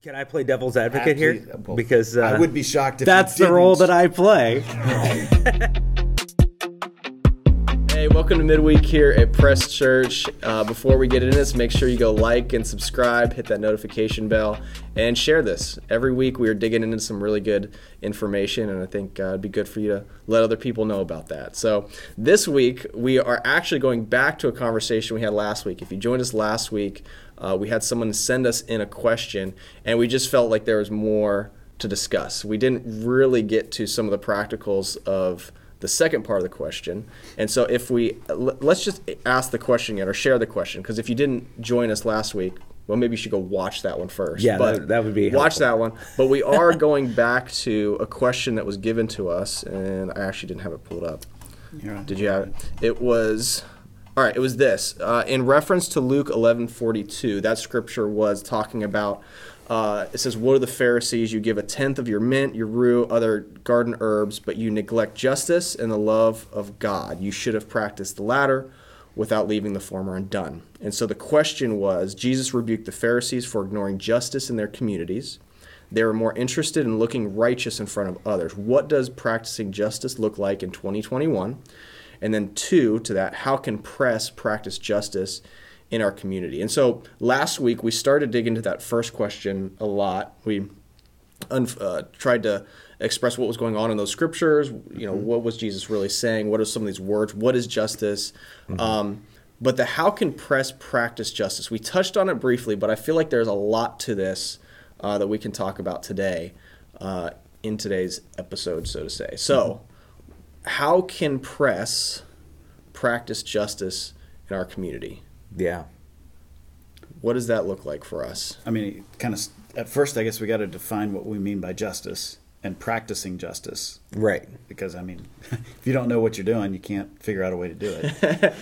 Can I play devil's advocate here? Because uh, I would be shocked if that's the role that I play. Hey, welcome to midweek here at Press Church. Uh, before we get into this, make sure you go like and subscribe, hit that notification bell, and share this. Every week we are digging into some really good information, and I think uh, it'd be good for you to let other people know about that. So this week we are actually going back to a conversation we had last week. If you joined us last week, uh, we had someone send us in a question, and we just felt like there was more to discuss. We didn't really get to some of the practicals of the second part of the question. And so if we l- let's just ask the question again or share the question because if you didn't join us last week, well maybe you should go watch that one first. Yeah, that- that would be watch helpful. that one. But we are going back to a question that was given to us, and I actually didn't have it pulled up. Did you have it? It was. All right, it was this. Uh, in reference to Luke 11:42, that scripture was talking about uh, it says, "Woe to the Pharisees, you give a tenth of your mint, your rue, other garden herbs, but you neglect justice and the love of God. You should have practiced the latter without leaving the former undone." And so the question was, Jesus rebuked the Pharisees for ignoring justice in their communities. They were more interested in looking righteous in front of others. What does practicing justice look like in 2021? And then, two, to that, how can press practice justice in our community? And so, last week we started digging into that first question a lot. We un- uh, tried to express what was going on in those scriptures. You know, what was Jesus really saying? What are some of these words? What is justice? Um, but the how can press practice justice? We touched on it briefly, but I feel like there's a lot to this uh, that we can talk about today uh, in today's episode, so to say. So, how can press practice justice in our community? yeah, What does that look like for us? I mean, kind of. At first, I guess we got to define what we mean by justice and practicing justice, right. because I mean, if you don't know what you're doing, you can't figure out a way to do it.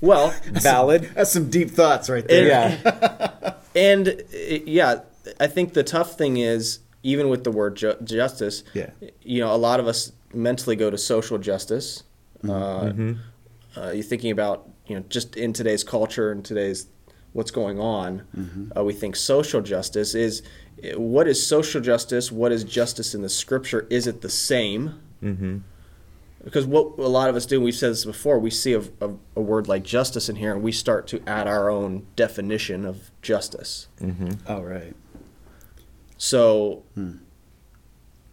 Well, Valid. That's some deep thoughts right there. Yeah, and uh, yeah, I think the tough thing is even with the word ju- justice, Yeah. you know, a lot of us mentally go to social justice. Uh, uh, you're thinking about you know just in today's culture and today's what's going on. Uh, we think social justice is what is social justice? What is justice in the scripture? Is it the same? because what a lot of us do, we've said this before, we see a, a, a word like justice in here, and we start to add our own definition of justice. Oh, right. So, Hmm.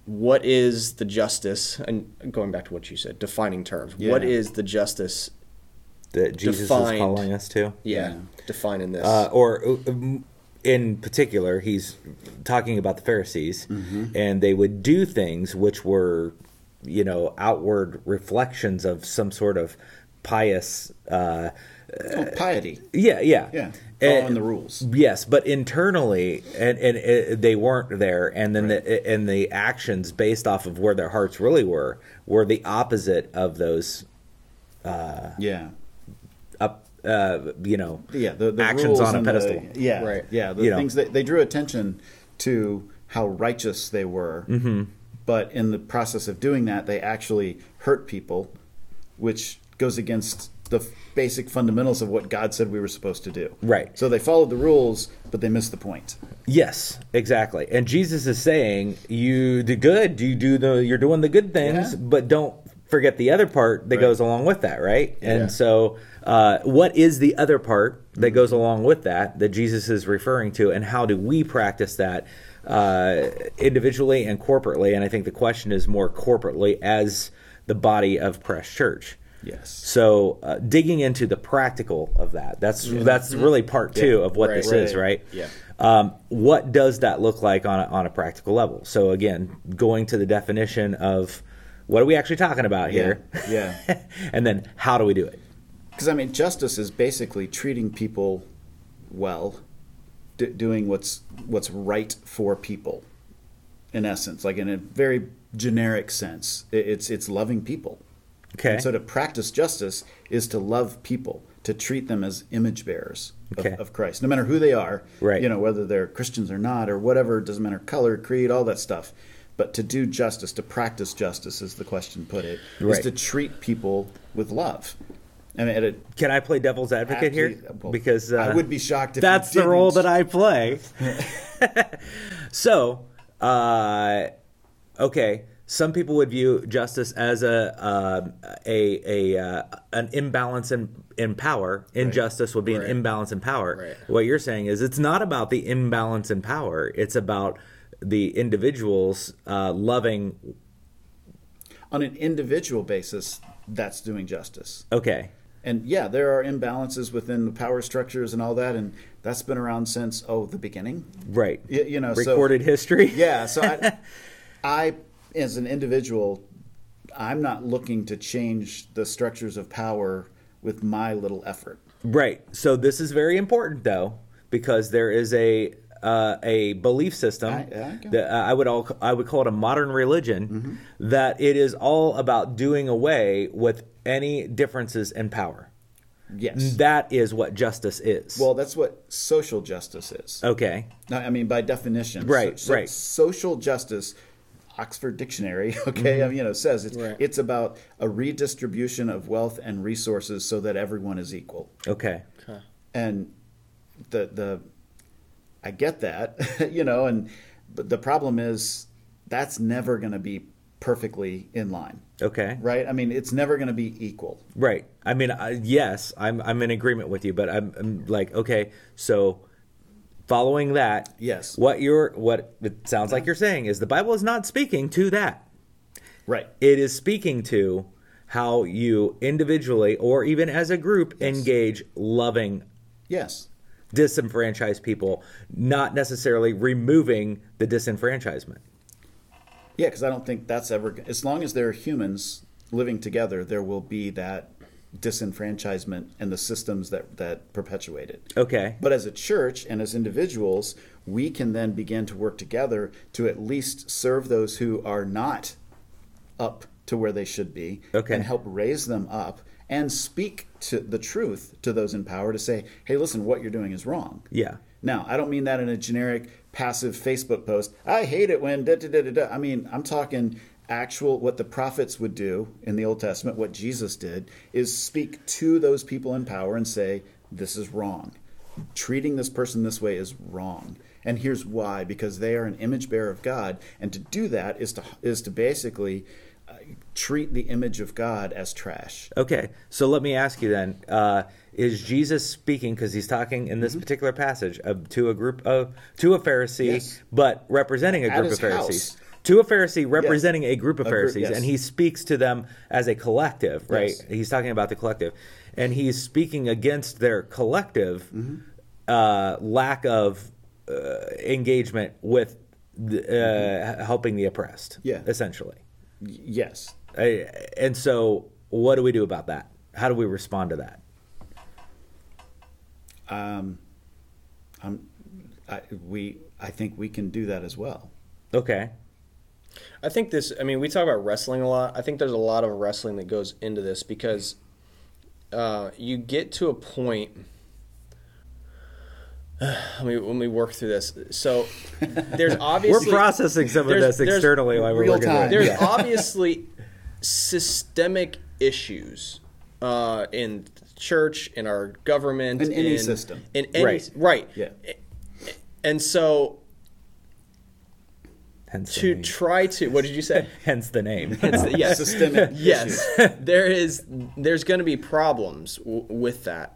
what is the justice? And going back to what you said, defining terms. What Yeah. is the justice? that Jesus is Defined. calling us to. Yeah, defining this. uh, or uh, um, in particular, he's talking about the Pharisees, and they would do things which were, you know, outward reflections of some sort of pious. Uh, Oh, piety. yeah, yeah, Yeah. And- Following the rules. Yes, but internally, and, and uh, they weren't there, and then the, and the actions based off of where their hearts really were were the opposite of those Yeah. up, uh, you know, Yeah. The, the actions rules on a and the- pedestal. yeah. Right. Yeah. The You know. things that they drew attention to how righteous they were, Mm-hmm. but in the process of doing that, they actually hurt people, which goes against the f- basic fundamentals of what God said we were supposed to do. Right. So they followed the rules, but they missed the point. Yes, exactly. And Jesus is saying, "You the good, you do the you're doing the good things, Yeah. but don't forget the other part that goes along with that, right?" And so, uh, what is the other part that goes along with that that Jesus is referring to, and how do we practice that uh, individually and corporately? And I think the question is more corporately as the body of Press Church. Yes. So uh, digging into the practical of that, that's that's really part two of what Right. this is, Mm-hmm. Right. right? Um, what does that look like on a, on a practical level? So again, going to the definition of what are we actually talking about here, Yeah. and then how do we do it? Because I mean, justice is basically treating people well, d- doing what's what's right for people, in essence, like in a very generic sense. I- it's it's loving people. Okay. And so to practice justice is to love people, to treat them as image bearers of, Okay. of Christ, no matter who they are. Right. You know, whether they're Christians or not, or whatever, it doesn't matter color, creed, all that stuff. But to do justice, to practice justice, as the question put it, is Right. to treat people with love I mean, at a Can I play devil's advocate here? athlete- well, Because uh, I would be shocked if you that's the role didn't. that I play. so, uh, okay, some people would view justice as a um a a uh, an imbalance in in power. Injustice would be an Right. imbalance in power. Right. What you're saying is it's not about the imbalance in power. It's about the individuals uh, loving. on an individual basis, that's doing justice. Okay, And yeah, there are imbalances within the power structures and all that, and that's been around since oh the beginning. right. Y- you know, so- recorded history. Yeah, so I, I as an individual, I'm not looking to change the structures of power with my little effort. Right. So this is very important, though, because there is a uh, a belief system I- I get it. Mm-hmm. that uh, I would all I would call it a modern religion that it is all about doing away with any differences in power. Yes. That is what justice is. well, that's what social justice is. okay. No, I mean by definition. Uh, Right, So- so right. Social justice, Oxford Dictionary, okay, Mm-hmm. I mean, you know, says it's Right. it's about a redistribution of wealth and resources so that everyone is equal. Okay. And the the I get that, you know, and but the problem is that's never going to be perfectly in line. Okay. Right. Right? I mean, it's never going to be equal. I mean, I, yes, I'm I'm in agreement with you, but I'm, I'm like, okay, so following that, Yes. what you're what it sounds like you're saying is the Bible is not speaking to that. Right. it is speaking to how you individually or even as a group engage loving Yes. disenfranchised people not necessarily removing the disenfranchisement Yeah, because I don't think that's ever. As long as there are humans living together, there will be that disenfranchisement and the systems that that perpetuate it. okay But as a church and as individuals, we can then begin to work together to at least serve those who are not up to where they should be, Okay. and help raise them up, and speak to the truth to those in power to say, "Hey, listen, what you're doing is wrong." yeah Now, I don't mean that in a generic passive Facebook post. I hate it when da da da da da. I mean, I'm talking actual what the prophets would do in the Old Testament, what Jesus did is speak to those people in power and say, this is wrong. Treating this person this way is wrong. And here's why because they are an image bearer of God, and to do that is to is to basically uh, treat the image of God as trash. okay so let me ask you then uh, is jesus speaking because he's talking in this Mm-hmm. particular passage of, to a group of to a pharisee Yes. but representing a At group of his pharisees house. to a pharisee representing a group of A group, pharisees yes. and he speaks to them as a collective right Yes. he's talking about the collective and he's speaking against their collective Mm-hmm. uh, lack of uh, engagement with the, uh, helping the oppressed Mm-hmm. Yeah. essentially Y- yes. I, and so what do we do about that how do we respond to that I, we I think we can do that as well. okay I think this. I mean, we talk about wrestling a lot. I think there's a lot of wrestling that goes into this because uh, you get to a point. Let me let me work through this. So there's we're obviously processing some of this there's- there's- externally while we're real working on time. it. There's Yeah. obviously systemic issues uh, in church, in our government, In any system. in any Right. right. right. Yeah. And so hence the to name. try to what did you say? hence the name It's- yes. Systemic Yes, there is. There's going to be problems w- with that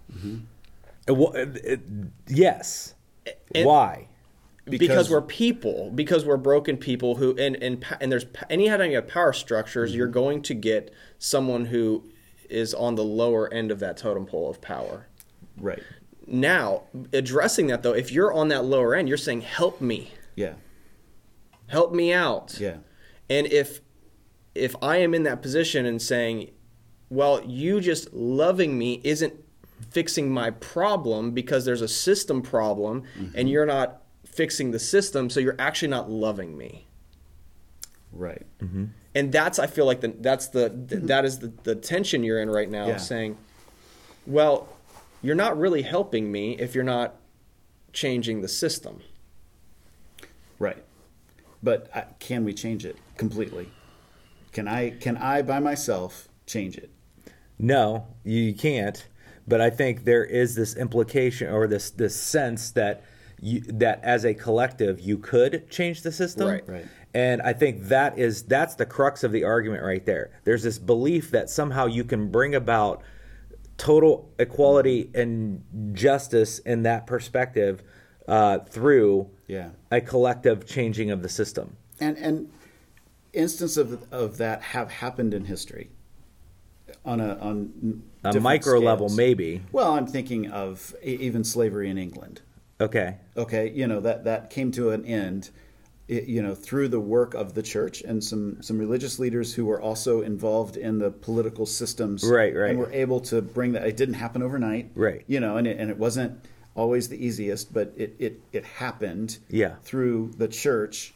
Uh, wha- uh, uh, yes. and- Why? because, Because- we're people. Because we're broken people who and and pa- and there's pa- anytime you have power structures, Mm-hmm. you're going to get someone who is on the lower end of that totem pole of power. Right. Now addressing that though, if you're on that lower end, you're saying, "Help me, Yeah. help me out." Yeah. And if if I am in that position and saying, well, you just loving me isn't fixing my problem because there's a system problem Mm-hmm. and you're not fixing the system, so you're actually not loving me. Right. Mm-hmm. And that's I feel like the, that's the th- that is the, the tension you're in right now Mm-hmm. Yeah. saying, well, you're not really helping me if you're not changing the system. Right. But I, can we change it completely? Can I can I by myself change it? no, you can't. But I think there is this implication or this this sense that you, that as a collective you could change the system. Right. Right. And I think that is that's the crux of the argument right there. There's this belief that somehow you can bring about total equality and justice in that perspective uh, through Yeah. a collective changing of the system. and and instances of, of that have happened in history on a on A different micro level, scales. maybe. Well, I'm thinking of e- even slavery in England. Okay. Okay, you know that that came to an end, i you know, through the work of the church and some some religious leaders who were also involved in the political systems. Right, right. And were able to bring that. It didn't happen overnight. Right. You know, and it, and it wasn't always the easiest, but it it it happened. Yeah. Through the church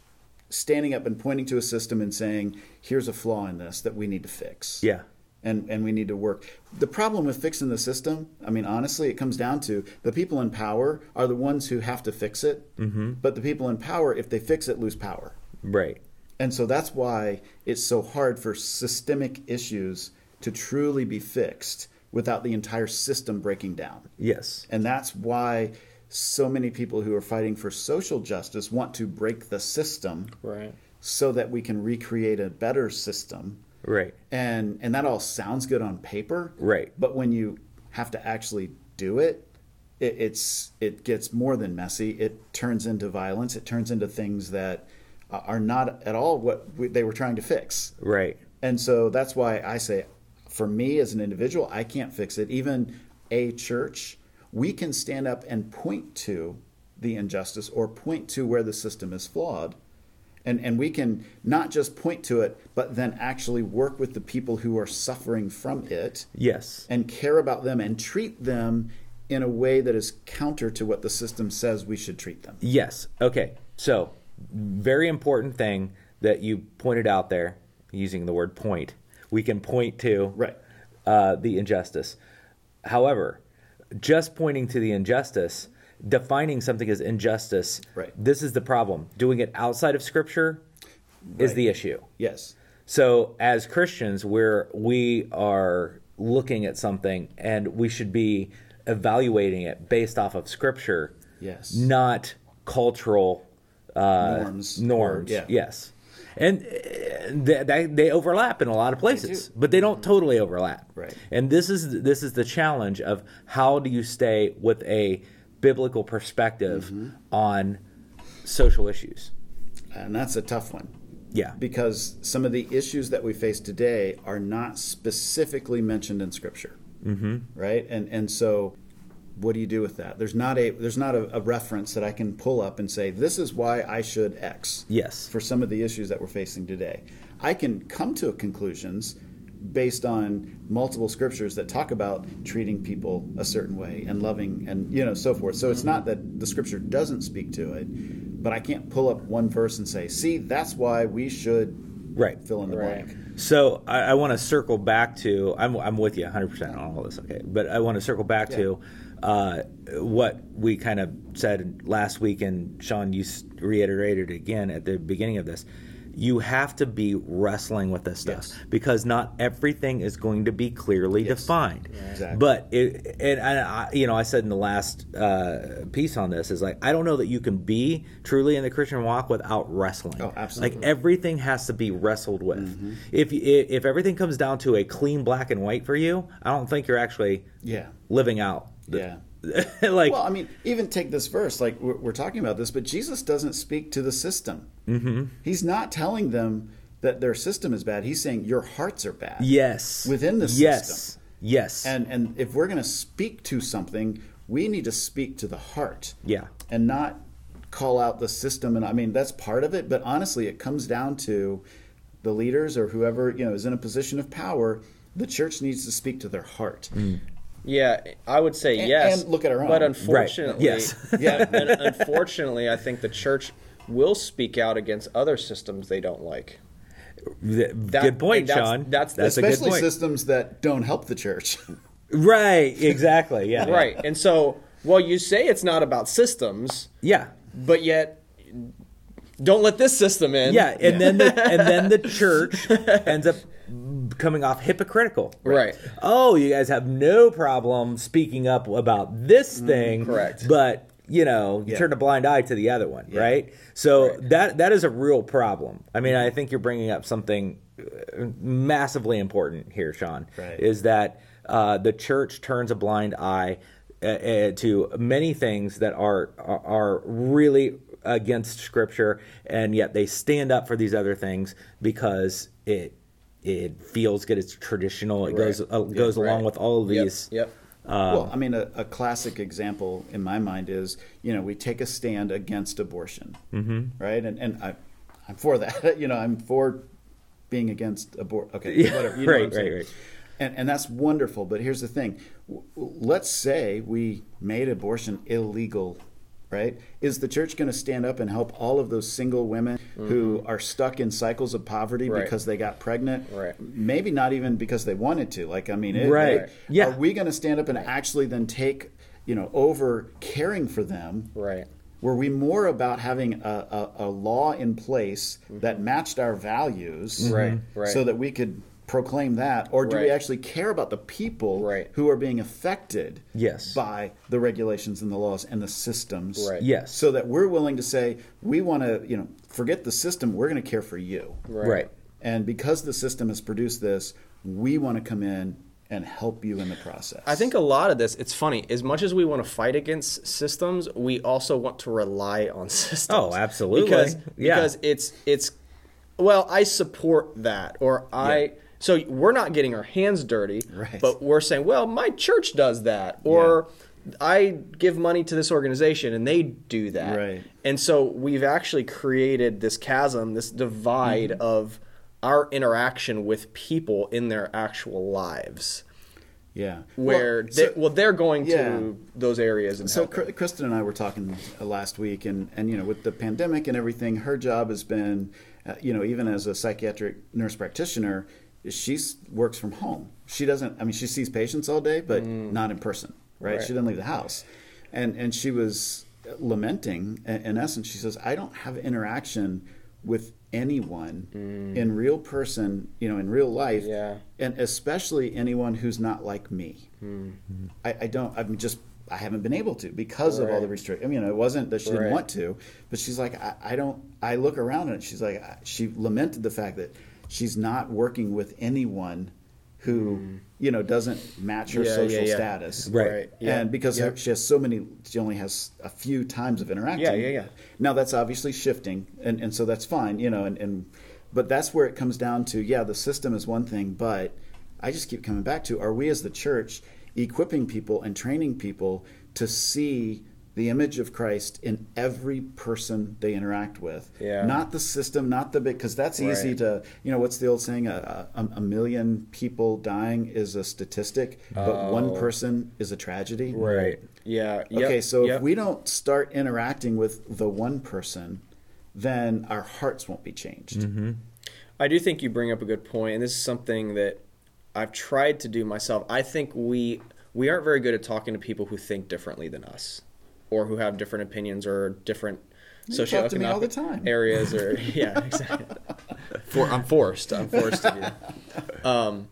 standing up and pointing to a system and saying, "Here's a flaw in this that we need to fix." Yeah. and and we need to work. The problem with fixing the system, I mean, honestly, it comes down to the people in power are the ones who have to fix it. Mm-hmm. But the people in power, if they fix it, lose power, Right. and so that's why it's so hard for systemic issues to truly be fixed without the entire system breaking down. Yes. And that's why so many people who are fighting for social justice want to break the system Right. so that we can recreate a better system Right. and and that all sounds good on paper Right. but when you have to actually do it, it it's it gets more than messy it turns into violence it turns into things that uh, are not at all what we, they were trying to fix Right. and so that's why i say for me as an individual i can't fix it even a church we can stand up and point to the injustice or point to where the system is flawed and, and we can not just point to it, but then actually work with the people who are suffering from it Yes. and care about them and treat them in a way that is counter to what the system says we should treat them. Yes. Okay. So, very important thing that you pointed out there using the word point. We can point to Right. uh, the injustice. However, just pointing to the injustice, defining something as injustice, Right. this is the problem. Doing it outside of Scripture is the issue. Yes. So as Christians, we're we are looking at something and we should be evaluating it based off of scripture. Yes. Not cultural uh, Norms. norms. Norms. Yeah. Yes. And uh, they, they, they overlap in a lot of places, but they don't totally overlap. Right. And this is this is the challenge of how do you stay with a biblical perspective Mm-hmm. on social issues? And that's a tough one. Yeah. because some of the issues that we face today are not specifically mentioned in scripture mm-hmm. right and and so what do you do with that there's not a there's not a, a reference that i can pull up and say this is why i should x Yes. for some of the issues that we're facing today i can come to conclusions based on multiple scriptures that talk about treating people a certain way and loving and you know so forth so it's not that the scripture doesn't speak to it but i can't pull up one verse and say see that's why we should Right. fill in the Right. blank. So I, I want to circle back to I'm I'm with you 100 percent on all this, okay? But I want to circle back to uh, what we kind of said last week, and Sean, you s- reiterated again at the beginning of this. You have to be wrestling with this stuff Yes. because not everything is going to be clearly defined. Exactly. But it, and I, I- you know, I said in the last uh, piece on this is like I don't know that you can be truly in the Christian walk without wrestling. Oh, absolutely. Mm-hmm. Like everything has to be wrestled with. If If if everything comes down to a clean black and white for you, I don't think you're actually Yeah. living out. the- yeah like Well, I mean, even take this verse. Like we're, we're talking about this, but Jesus doesn't speak to the system. Mm-hmm. He's not telling them that their system is bad. He's saying your hearts are bad. yes, within the yes, system. yes, And and if we're going to speak to something, we need to speak to the heart. Yeah. And not call out the system. And I mean, that's part of it. But honestly, it comes down to the leaders or whoever you know is in a position of power. The church needs to speak to their heart. Mm. Yeah, I would say And- yes. and look at our own. But Right. unfortunately, Yes. Yeah. and unfortunately, I think the church will speak out against other systems they don't like. Th- that- good point, and that's- Sean. that's the- a good Especially point. systems that don't help the church. Right, exactly. Yeah, Right. And so, well, you say it's not about systems, Yeah, but yet don't let this system in. yeah. And then the, and then the church ends up coming off hypocritical. Right. Oh, you guys have no problem speaking up about this thing. correct. But you know, you Yeah. turn a blind eye to the other one, right? So that that is a real problem. I mean, I think you're bringing up something uh, massively important here, Sean. Right. Is that uh, the church turns a blind eye uh, uh, to many things that are are, are really against Scripture, and yet they stand up for these other things because it it feels good. It's traditional. It goes uh, goes along right. with all of Yep. these. Yep. Um, well, I mean, a, a classic example in my mind is you know we take a stand against abortion, mm-hmm. right? And and I, I'm for that. you know, I'm for being against abort. Okay, Yeah, whatever. You know what right, I'm saying. right, right. And and that's wonderful. But here's the thing: W- w- let's say we made abortion illegal. Right? Is the church going to stand up and help all of those single women who Mm-hmm. are stuck in cycles of poverty Right. because they got pregnant? Right. Maybe not even because they wanted to. Like, I mean, it, Right. like, Yeah. Are we going to stand up and actually then take you know over caring for them Right. were we more about having a, a, a law in place that matched our values Mm-hmm. Right, right. so that we could proclaim that or do we Right. actually care about the people Right. who are being affected Yes. by the regulations and the laws and the systems Right. Yes. so that we're willing to say we want to you know forget the system we're going to care for you Right. right. and because the system has produced this we want to come in and help you in the process I think a lot of this, it's funny, as much as we want to fight against systems, we also want to rely on Oh, systems. absolutely. Because, Yeah. because it's it's well, I support that or I so we're not getting our hands dirty, Right. but we're saying, well, my church does that or I give money to this organization and they do that. Right. And so we've actually created this chasm, this divide Mm-hmm. of our interaction with people in their actual lives yeah where Well, they, so- well they're going Yeah. to those areas and So so Kr- Kristen and I were talking uh, last week, and, and you know, with the pandemic and everything, her job has been, uh, you know, even as a psychiatric nurse practitioner, she works from home. She doesn't. I mean, she sees patients all day, but not in person, right? Mm. Right. She doesn't leave the house, and and she was lamenting. i- In essence, she says, "I don't have interaction with anyone in real person, you know, in real life, Mm. Yeah. and especially anyone who's not like me." Hmm. I, I don't. I'm just. I haven't been able to because of all the Right. restrictions. I mean, it wasn't that she didn't Right. want to, but she's like, I, I don't. I look around and she's like, I- she lamented the fact that she's not working with anyone who you know doesn't match her Hmm. Yeah, yeah, social yeah. status, Right. Right, yeah. And because her, Yep. she has so many, she only has a few times of interaction. Yeah, yeah, yeah. Now that's obviously shifting, and, and so that's fine, you know, and, and but that's where it comes down to. Yeah, the system is one thing, but I just keep coming back to: Are we as the church equipping people and training people to see the image of Christ in every person they interact with? Yeah. Not the system, not the big, because that's easy Right. to, you know, what's the old saying? A, a, a million people dying is a statistic, but Oh. one person is a tragedy. Right. yeah Okay, yep, so yep. if we don't start interacting with the one person, then our hearts won't be changed. I do think you bring up a good point, and this is something that I've tried to do myself. I think we we aren't very good at talking to people who think differently than us, or who have different opinions or different You talk to me all the socioeconomic time. areas, or yeah, exactly. For I'm forced. I'm forced to do that. Um,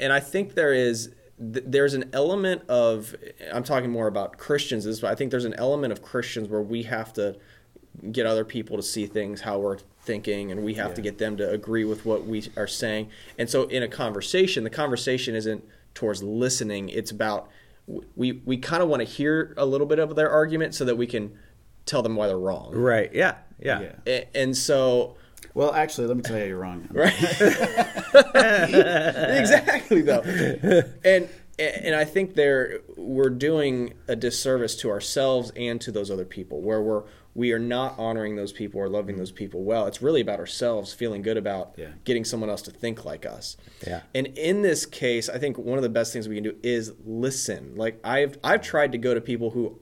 and I think there is th- there's an element of I'm talking more about Christians. This, but I think there's an element of Christians where we have to get other people to see things how we're thinking, and we have to get them to agree with what we are saying. And so, in a conversation, the conversation isn't towards listening; it's about w- we we kind of want to hear a little bit of their argument so that we can tell them why they're wrong. Right. Yeah. Yeah. Yeah. A- And so Well, actually, let me tell you, you're wrong. exactly though and and i think there we're doing a disservice to ourselves and to those other people where we're we are not honoring those people or loving those people well it's really about ourselves feeling good about Yeah. getting someone else to think like us Yeah. and in this case i think one of the best things we can do is listen like i've i've tried to go to people who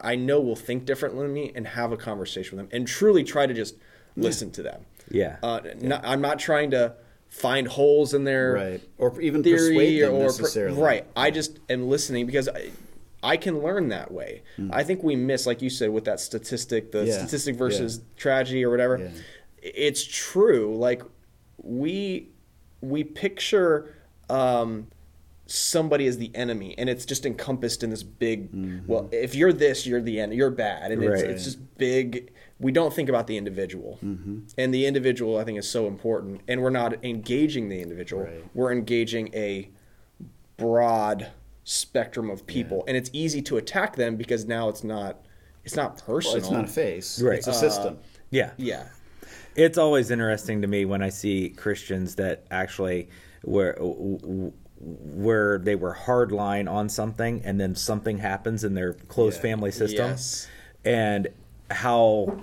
i know will think differently than me and have a conversation with them and truly try to just listen to them Yeah. uh, Not, I'm not trying to find holes in their Right. Or even theory persuade them or per- necessarily. right. I just am listening because I, I can learn that way. I think we miss, like you said, with that statistic, the Hmm. Yeah. statistic Yeah. versus tragedy or whatever. Yeah. It's true. Like we we picture um, somebody as the enemy, and it's just encompassed in this big. Mm-hmm. Well, if you're this, you're the end. You're bad, and it's, Right. it's just big. We don't think about the individual, Mm-hmm. and the individual I think is so important. And we're not engaging the individual; Right. we're engaging a broad spectrum of people, and it's easy to attack them because now it's not it's not personal. Well, it's not a face. Right. It's a system. Yeah. yeah. It's always interesting to me when I see Christians that actually where where they were hardline on something and then something happens in their close Yeah. family system Yes. and how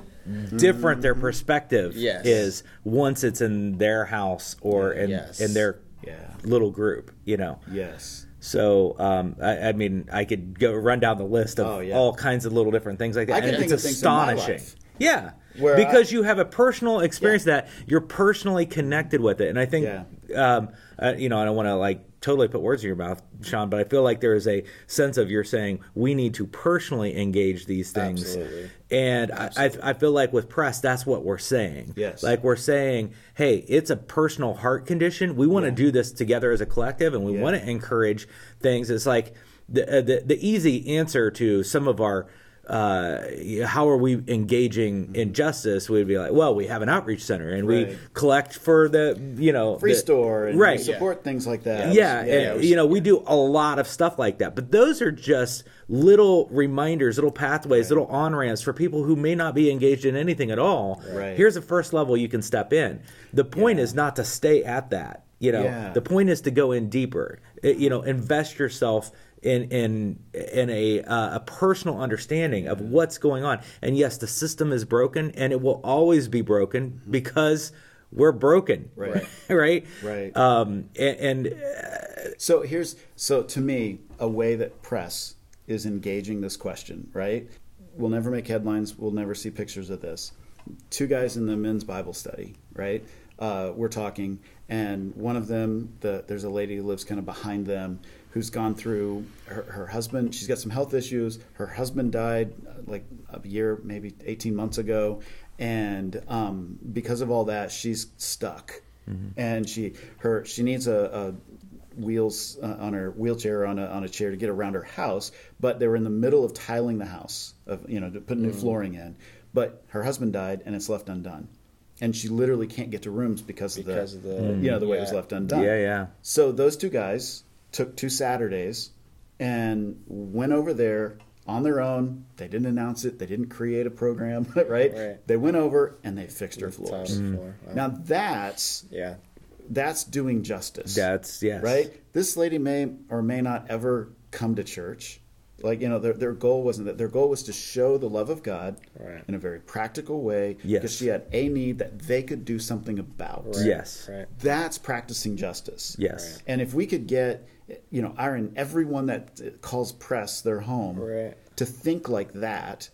different their perspective Yes. is once it's in their house or in Yes. in their Yeah. little group, you know. Yes. So um, I, I mean, I could go run down the list of Oh, yeah. all kinds of little different things like that. I can and think it's of things in my astonishing. life. Yeah, Where because you have a personal experience that you're personally connected with it, and I think, um, uh, you know, I don't want to like totally put words in your mouth, Sean, but I feel like there is a sense of you're saying we need to personally engage these things, Absolutely. and I, I, I feel like with press, that's what we're saying. Yes. like we're saying, hey, it's a personal heart condition. We want to do this together as a collective, and we Yeah. want to encourage things. It's like the, uh, the the easy answer to some of our uh, how are we engaging injustice would be like, well, we have an outreach center and we Mm-hmm. Right. collect for the you know Free the- store and right support things like that. yeah, and, it was- you know we do a lot of stuff like that but those are just little reminders little pathways little on-ramps for people who may not be engaged in anything at all Right. here's the first level you can step in the point is not to stay at that you know Yeah. the point is to go in deeper It- you know invest yourself in in in a uh, a personal understanding of what's going on and yes the system is broken and it will always be broken because we're broken Right. right Right. um and, and So here's so to me a way that press is engaging this question, right? We'll never make headlines. We'll never see pictures of this. Two guys in the men's Bible study, right? Uh, we're talking, and one of them, the, there's a lady who lives kind of behind them, who's gone through her, her husband. She's got some health issues. Her husband died uh, like a year, maybe 18 months ago, and um, because of all that, she's stuck, and she her she needs a, a wheels uh, on her wheelchair on a, on a chair to get around her house but they were in the middle of tiling the house of you know to Mm. put new flooring in but her husband died and it's left undone and she literally can't get to rooms because of the, Because of the- you know the way it yeah. was left undone Yeah, yeah. so those two guys took two saturdays and went over there on their own they didn't announce it they didn't create a program right, Right. they went over and they fixed her Tiled floors floor. Wow. now that's Yeah. that's doing justice That's yes. right? This lady may or may not ever come to church. Like you know, their their goal wasn't that. Their goal was to show the love of God Right. in a very practical way Yes. because she had a need that they could do something about. Yes. Right. That's practicing justice. Yes. And if we could get, you know, Aaron, everyone that calls press their home Right. to think like that,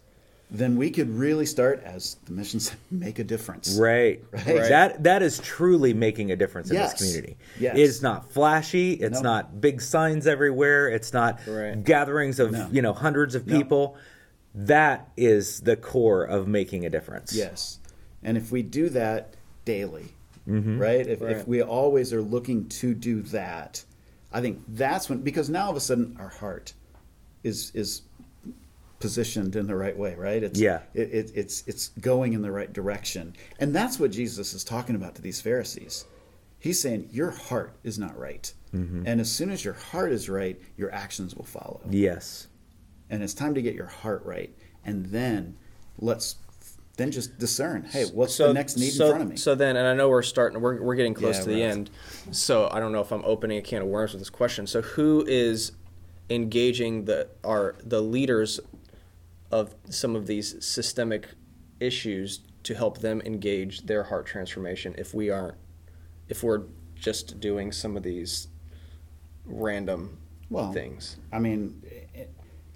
then we could really start, as the mission said, make a difference. Right. Right. That that is truly making a difference in Yes. this community. Yes. It's not flashy. It's No. not big signs everywhere. It's not Right. gatherings of No. you know hundreds of people. That is the core of making a difference. Yes. And if we do that daily, right? If, Right. if we always are looking to do that, I think that's when, because now all of a sudden our heart is, is positioned in the right way, right? It's, Yeah. It, it, it's, it's going in the right direction. And that's what Jesus is talking about to these Pharisees. He's saying, your heart is not right. And as soon as your heart is right, your actions will follow Yes. and it's time to get your heart right and then let's then just discern hey what's the next need so, in front of me So then, and I know we're starting. We're, we're getting close Yeah, to the right. end. So I don't know if I'm opening a can of worms with this question. So who is engaging the our the leaders of some of these systemic issues to help them engage their heart transformation? If we aren't, if we're just doing some of these random well things. i mean eh,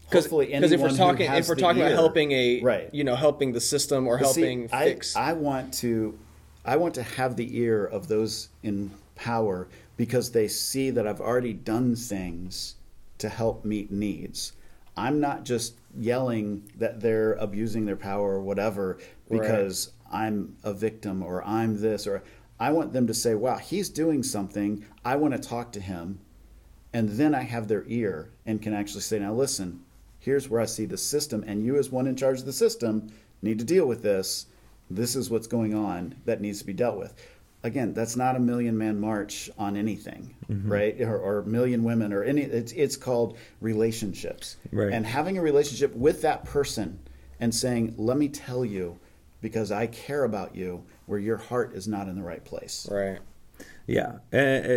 Because hopefully if we're anyone who talking, has if we're the talking about ear- helping a, right you know, helping the system or But see, helping I, fix, I want to i want to have the ear of those in power because they see that i've already done things to help meet needs i'm not just yelling that they're abusing their power or whatever because I'm a victim or I'm this or I want them to say, wow, he's doing something. I want to talk to him. And then I have their ear and can actually say, now listen, here's where I see the system. And you, as one in charge of the system, need to deal with this. This is what's going on that needs to be dealt with. Again, that's not a million man march on anything, right? Or, or million women or any. It's, it's called relationships. Right. And having a relationship with that person and saying, let me tell you because I care about you where your heart is not in the right place. Right. Yeah, Uh, uh,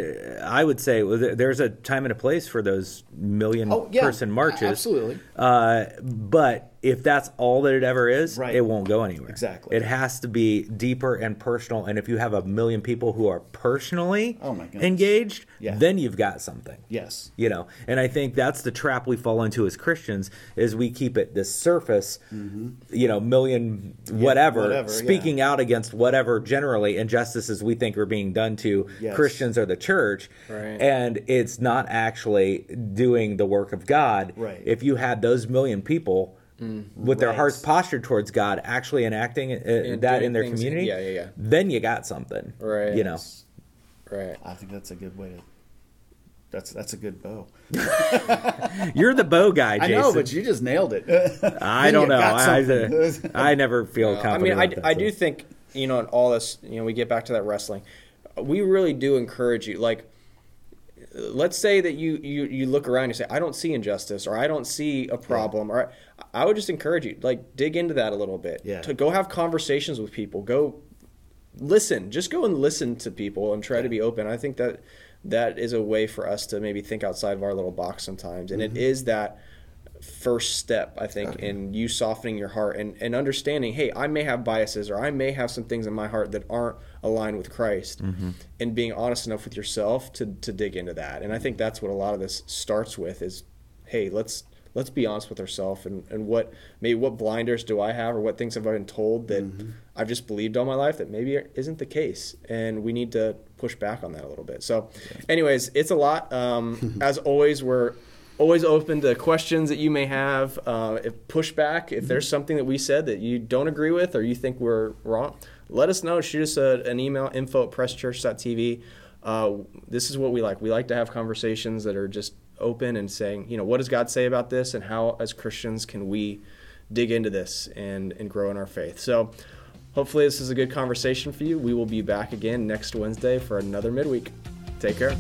I would say well, there- there's a time and a place for those million Oh, yeah. person marches. A- absolutely. Uh, but if that's all that it ever is, Right. it won't go anywhere. Exactly. It has to be deeper and personal. And if you have a million people who are personally Oh, my goodness. engaged, Yeah. then you've got something Yes. you know and i think that's the trap we fall into as christians is we keep it this surface you know million whatever, whatever, speaking out against whatever generally injustices we think are being done to Yes. christians or the church Right. and it's not actually doing the work of god Right. if you had those million people with their Right. hearts postured towards god actually enacting uh, And that doing in their things- community yeah, yeah, yeah. then you got something Right. you know Right. I think that's a good way to. That's that's a good bow. you're the bow guy I jason know, but you just nailed it. I Then don't you know. got I, something. I, I never feel Uh, I confident. mean, I, about that, I so. do think, you know, in all this, you know, we get back to that wrestling. We really do encourage you. Like, let's say that you, you, you look around and you say, I don't see injustice or I don't see a problem. Or I would just encourage you, like, dig into that a little bit. Yeah. To go have conversations with people. Go listen. Just go and listen to people and try to be open. I think that that is a way for us to maybe think outside of our little box sometimes. And it is that first step, I think, in you softening your heart and, and understanding, hey, I may have biases or I may have some things in my heart that aren't aligned with Christ and being honest enough with yourself to, to dig into that. And I think that's what a lot of this starts with is, hey, let's let's be honest with ourselves and, and what maybe what blinders do I have or what things have I been told that I've just believed all my life that maybe isn't the case. And we need to push back on that a little bit. So anyways, it's a lot. Um, as always, we're always open to questions that you may have uh, if pushback if there's something that we said that you don't agree with or you think we're wrong let us know shoot us a, an email info at presschurch.tv uh, this is what we like we like to have conversations that are just open and saying you know what does god say about this and how as christians can we dig into this and and grow in our faith so hopefully this is a good conversation for you we will be back again next wednesday for another midweek take care